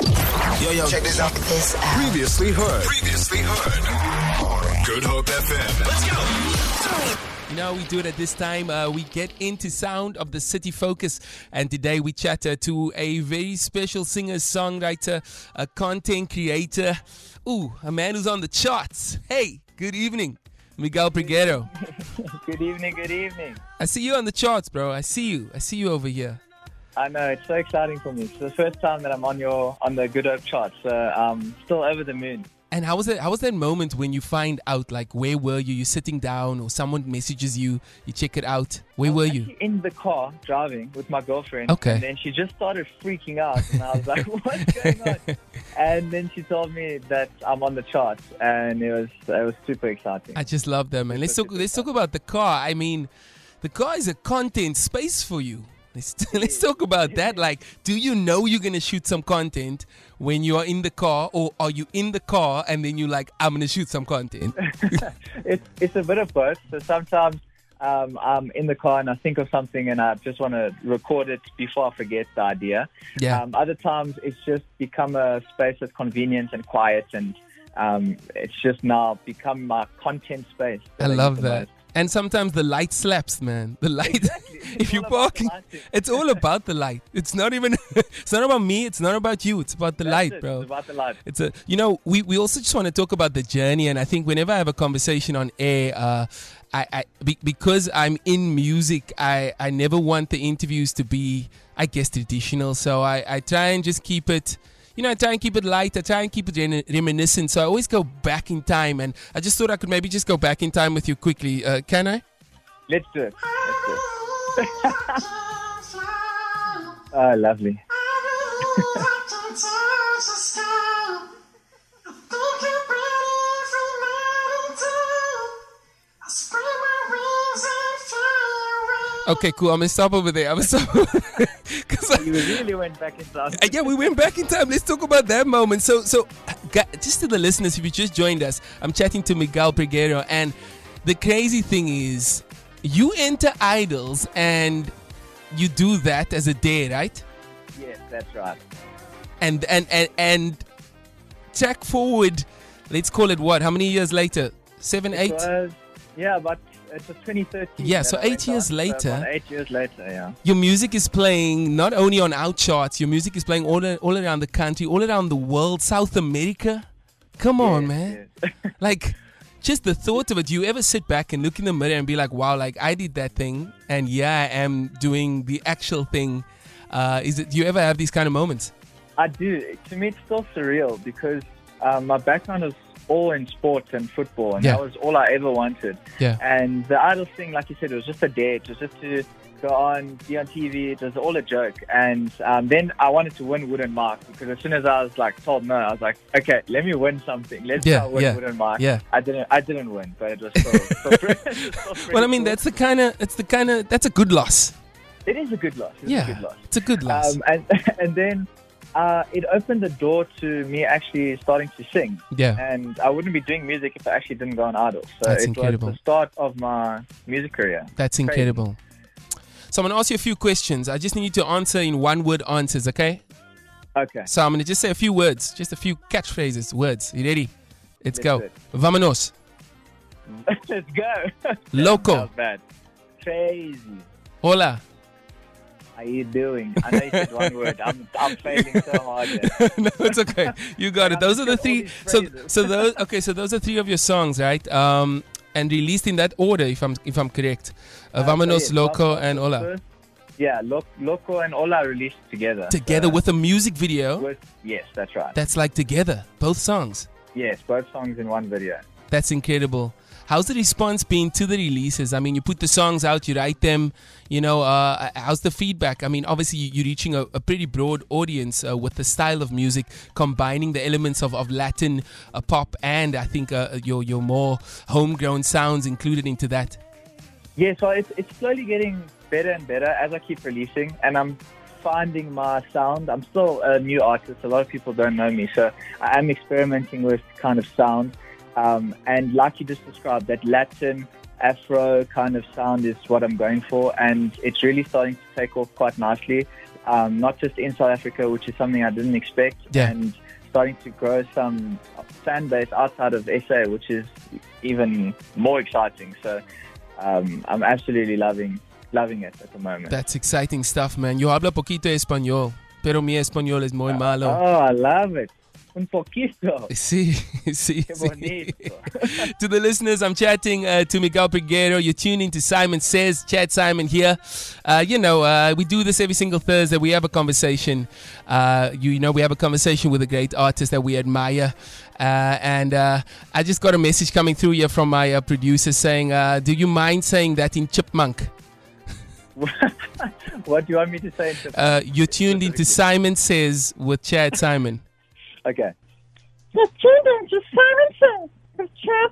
Yo, yo, check this out. This out. Previously heard. Previously heard. Good Hope FM. Let's You know, we do it at this time. Uh, we get into sound of the city focus, and today we chat uh, to a very special singer, songwriter, a content creator, ooh, a man who's on the charts. Hey, good evening, Miguel Briguero. Good evening, good evening. I see you on the charts, bro. I see you. I see you over here. I know it's so exciting for me. It's the first time that I'm on your on the Good Hope chart, so I'm still over the moon. And how was that? How was that moment when you find out, like, where were you? You're sitting down, or someone messages you. You check it out. Where were you? Actually In the car driving with my girlfriend. Okay. And then she just started freaking out, and I was like, "What's going on?" And then she told me that I'm on the chart, and it was it was super exciting. I just love that man. Let's talk. Let's talk about the car. I mean, the car is a content space for you. Let's let's talk about that. Like, do you know you're gonna shoot some content when you are in the car, or are you in the car and then you're like, I'm gonna shoot some content? it's it's a bit of both. So sometimes um, I'm in the car and I think of something and I just want to record it before I forget the idea. Yeah. Um, other times it's just become a space of convenience and quiet, and um, it's just now become my content space. I use love the that. most. And sometimes the light slaps, man. The light. It's if you're all about the parking, lighting. it's all about the light. It's not even. it's not about me. It's not about you. It's about the That's light, it. bro. It's about the light. It's a, you know, we, we also just want to talk about the journey, and I think whenever I have a conversation on air, uh, I, I be, because I'm in music, I, I never want the interviews to be, I guess, traditional. So I, I try and just keep it, you know, I try and keep it light. I try and keep it remi- reminiscent. So I always go back in time, and I just thought I could maybe just go back in time with you quickly. Uh, can I? Let's do it. Let's do it. Oh, lovely. Okay, cool. I'm gonna stop over there. I'm gonna stop. Because You really went back in time. Uh, yeah, we went back in time. Let's talk about that moment. So, so uh, gu- just to the listeners, if you just joined us, I'm chatting to Miguel Peguero, and the crazy thing is, you enter idols and you do that as a day, right? Yes, that's right. And and and and check forward. Let's call it what? How many years later? Seven, It eight. was, yeah, but it was 2013. Yeah, that so I eight went years on, so later. about eight years later, yeah. Your music is playing not only on our charts. Your music is playing all all around the country, all around the world, South America. Come on, Yes, man. yes. like just the thought of it do you ever sit back and look in the mirror and be like wow like i did that thing and yeah i am doing the actual thing uh, is it do you ever have these kind of moments I do. To me, it's still surreal because um, my background is all in sport and football, and Yeah. that was all I ever wanted. Yeah. And the idol thing, like you said, it was just a dare. It was just to go on, be on TV. It was all a joke. And um, then I wanted to win Wooden Mark because as soon as I was like told no, I was like, okay, let me win something. Let's Yeah, try win yeah, Wooden Mark. yeah. I didn't. I didn't win, but it was still. still pretty- still pretty well i mean cool. that's the kind of it's the kind of that's a good loss it is a good loss. It's yeah a good loss. it's a good loss Um, and and then uh, it opened the door to me actually starting to sing. yeah And I wouldn't be doing music if I actually didn't go on Idol. So That's it incredible. was the start of my music career. that's crazy. incredible so i'm gonna ask you a few questions i just need you to answer in one word answers okay Okay. so i'm gonna just say a few words just a few catchphrases words you ready let's Let's go do it. vamonos Let's go. That loco was bad. Crazy. hola How you doing? I know you said one word. I'm, I'm failing so hard. here. no, it's okay. You got it. I'm Those are the just three. getting all So, these phrases. so those. Okay, so those are three of your songs, right? Um, and released in that order, if I'm if I'm correct. Uh, Vamonos, yes, Loco, Vamonos and Ola. First, yeah, Lo- Loco and Ola released together. Together So with a music video with- Yes, that's right. that's like together, both songs. yes, both songs in one video. That's incredible. How's the response been to the releases? I mean, you put the songs out, you write them, you know, uh, how's the feedback? I mean, obviously, you- you're reaching a, a pretty broad audience uh, with the style of music, combining the elements of, of Latin uh, pop and I think uh, your, your more homegrown sounds included into that. Yeah, so it's, it's slowly getting better and better as I keep releasing, and I'm finding my sound. I'm still a new artist. A lot of people don't know me, so I am experimenting with kind of sound. Um, and like you just described, that Latin Afro kind of sound is what I'm going for, and it's really starting to take off quite nicely. Um, not just in South Africa, which is something I didn't expect, Yeah. and starting to grow some fan base outside of SA, which is even more exciting. So um, I'm absolutely loving loving it at the moment. That's exciting stuff, man. Yo hablo poquito español, pero mi español es muy malo. Oh, I love it. Un poquito. Sí, sí, Qué sí. bonito. to the listeners, I'm chatting uh, to Miguel Piguero. You're tuning to Simon Says, Chat Simon here. Uh, you know, uh, we do this every single Thursday. We have a conversation. Uh, you, you know, we have a conversation with a great artist that we admire. Uh, and uh, I just got a message coming through here from my uh, producer saying, uh, Do you mind saying that in Chipmunk? what do you want me to say? To Uh, you're tuned into Simon Says with Chad Simon. okay. The children just Simon says, Chad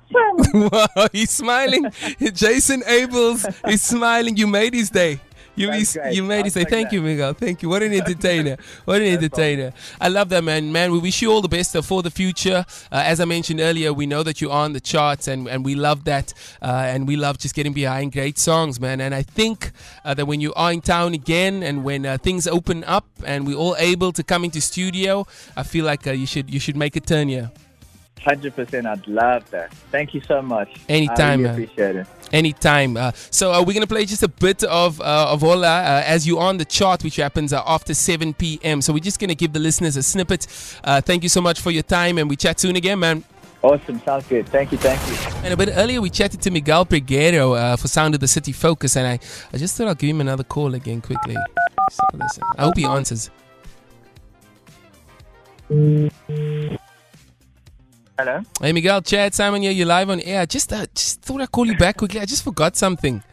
Simon. wow, he's smiling. Jason Abels is smiling. You made his day. You, That's is- great. you made I'll his day. take Thank that. you, Miguel. Thank you. What an entertainer. What an entertainer. I love that, man. Man, we wish you all the best uh, for the future. Uh, as I mentioned earlier, we know that you're on the charts and, and we love that. Uh, and we love just getting behind great songs, man. And I think uh, that when you are in town again and when uh, things open up and we're all able to come into studio, I feel like uh, you should you should make a turn here. 100%. I'd love that. Thank you so much. I Anytime, really man. appreciate it. Anytime. Uh, so uh, we're gonna play just a bit of uh, of Hola uh, as you on the chart, which happens uh, after 7 p.m. So we're just gonna give the listeners a snippet. Uh, thank you so much for your time, and we chat soon again, man. Awesome. Sounds good. Thank you. Thank you. And a bit earlier, we chatted to Miguel Priguero uh, for Sound of the City Focus, and I, I just thought I'll give him another call again quickly. So listen, I hope he answers. Hello. Hey Miguel, Chad, Simon here. You're live on air. I Just, uh, just thought I'd call you back quickly. I just forgot something.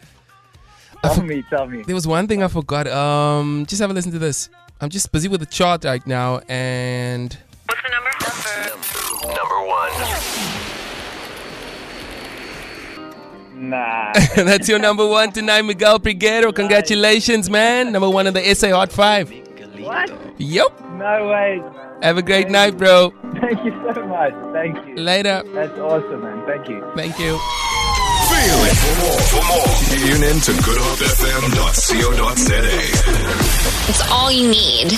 Uh, Tell me. Tell me. There was one thing I forgot. Um, just have a listen to this. I'm just busy with the chart right now, and What's the number? Number. Number one. Nah. That's your number one tonight, Miguel Priguero. Congratulations, man. Number one in the SA Hot 5. what? Yep. No way. Have a great night, bro. Thank you so much. Thank you. Later. That's awesome, man. Thank you. Thank you. Feel it for more. For more, tune in to goodhopefm.co.za. It's all you need.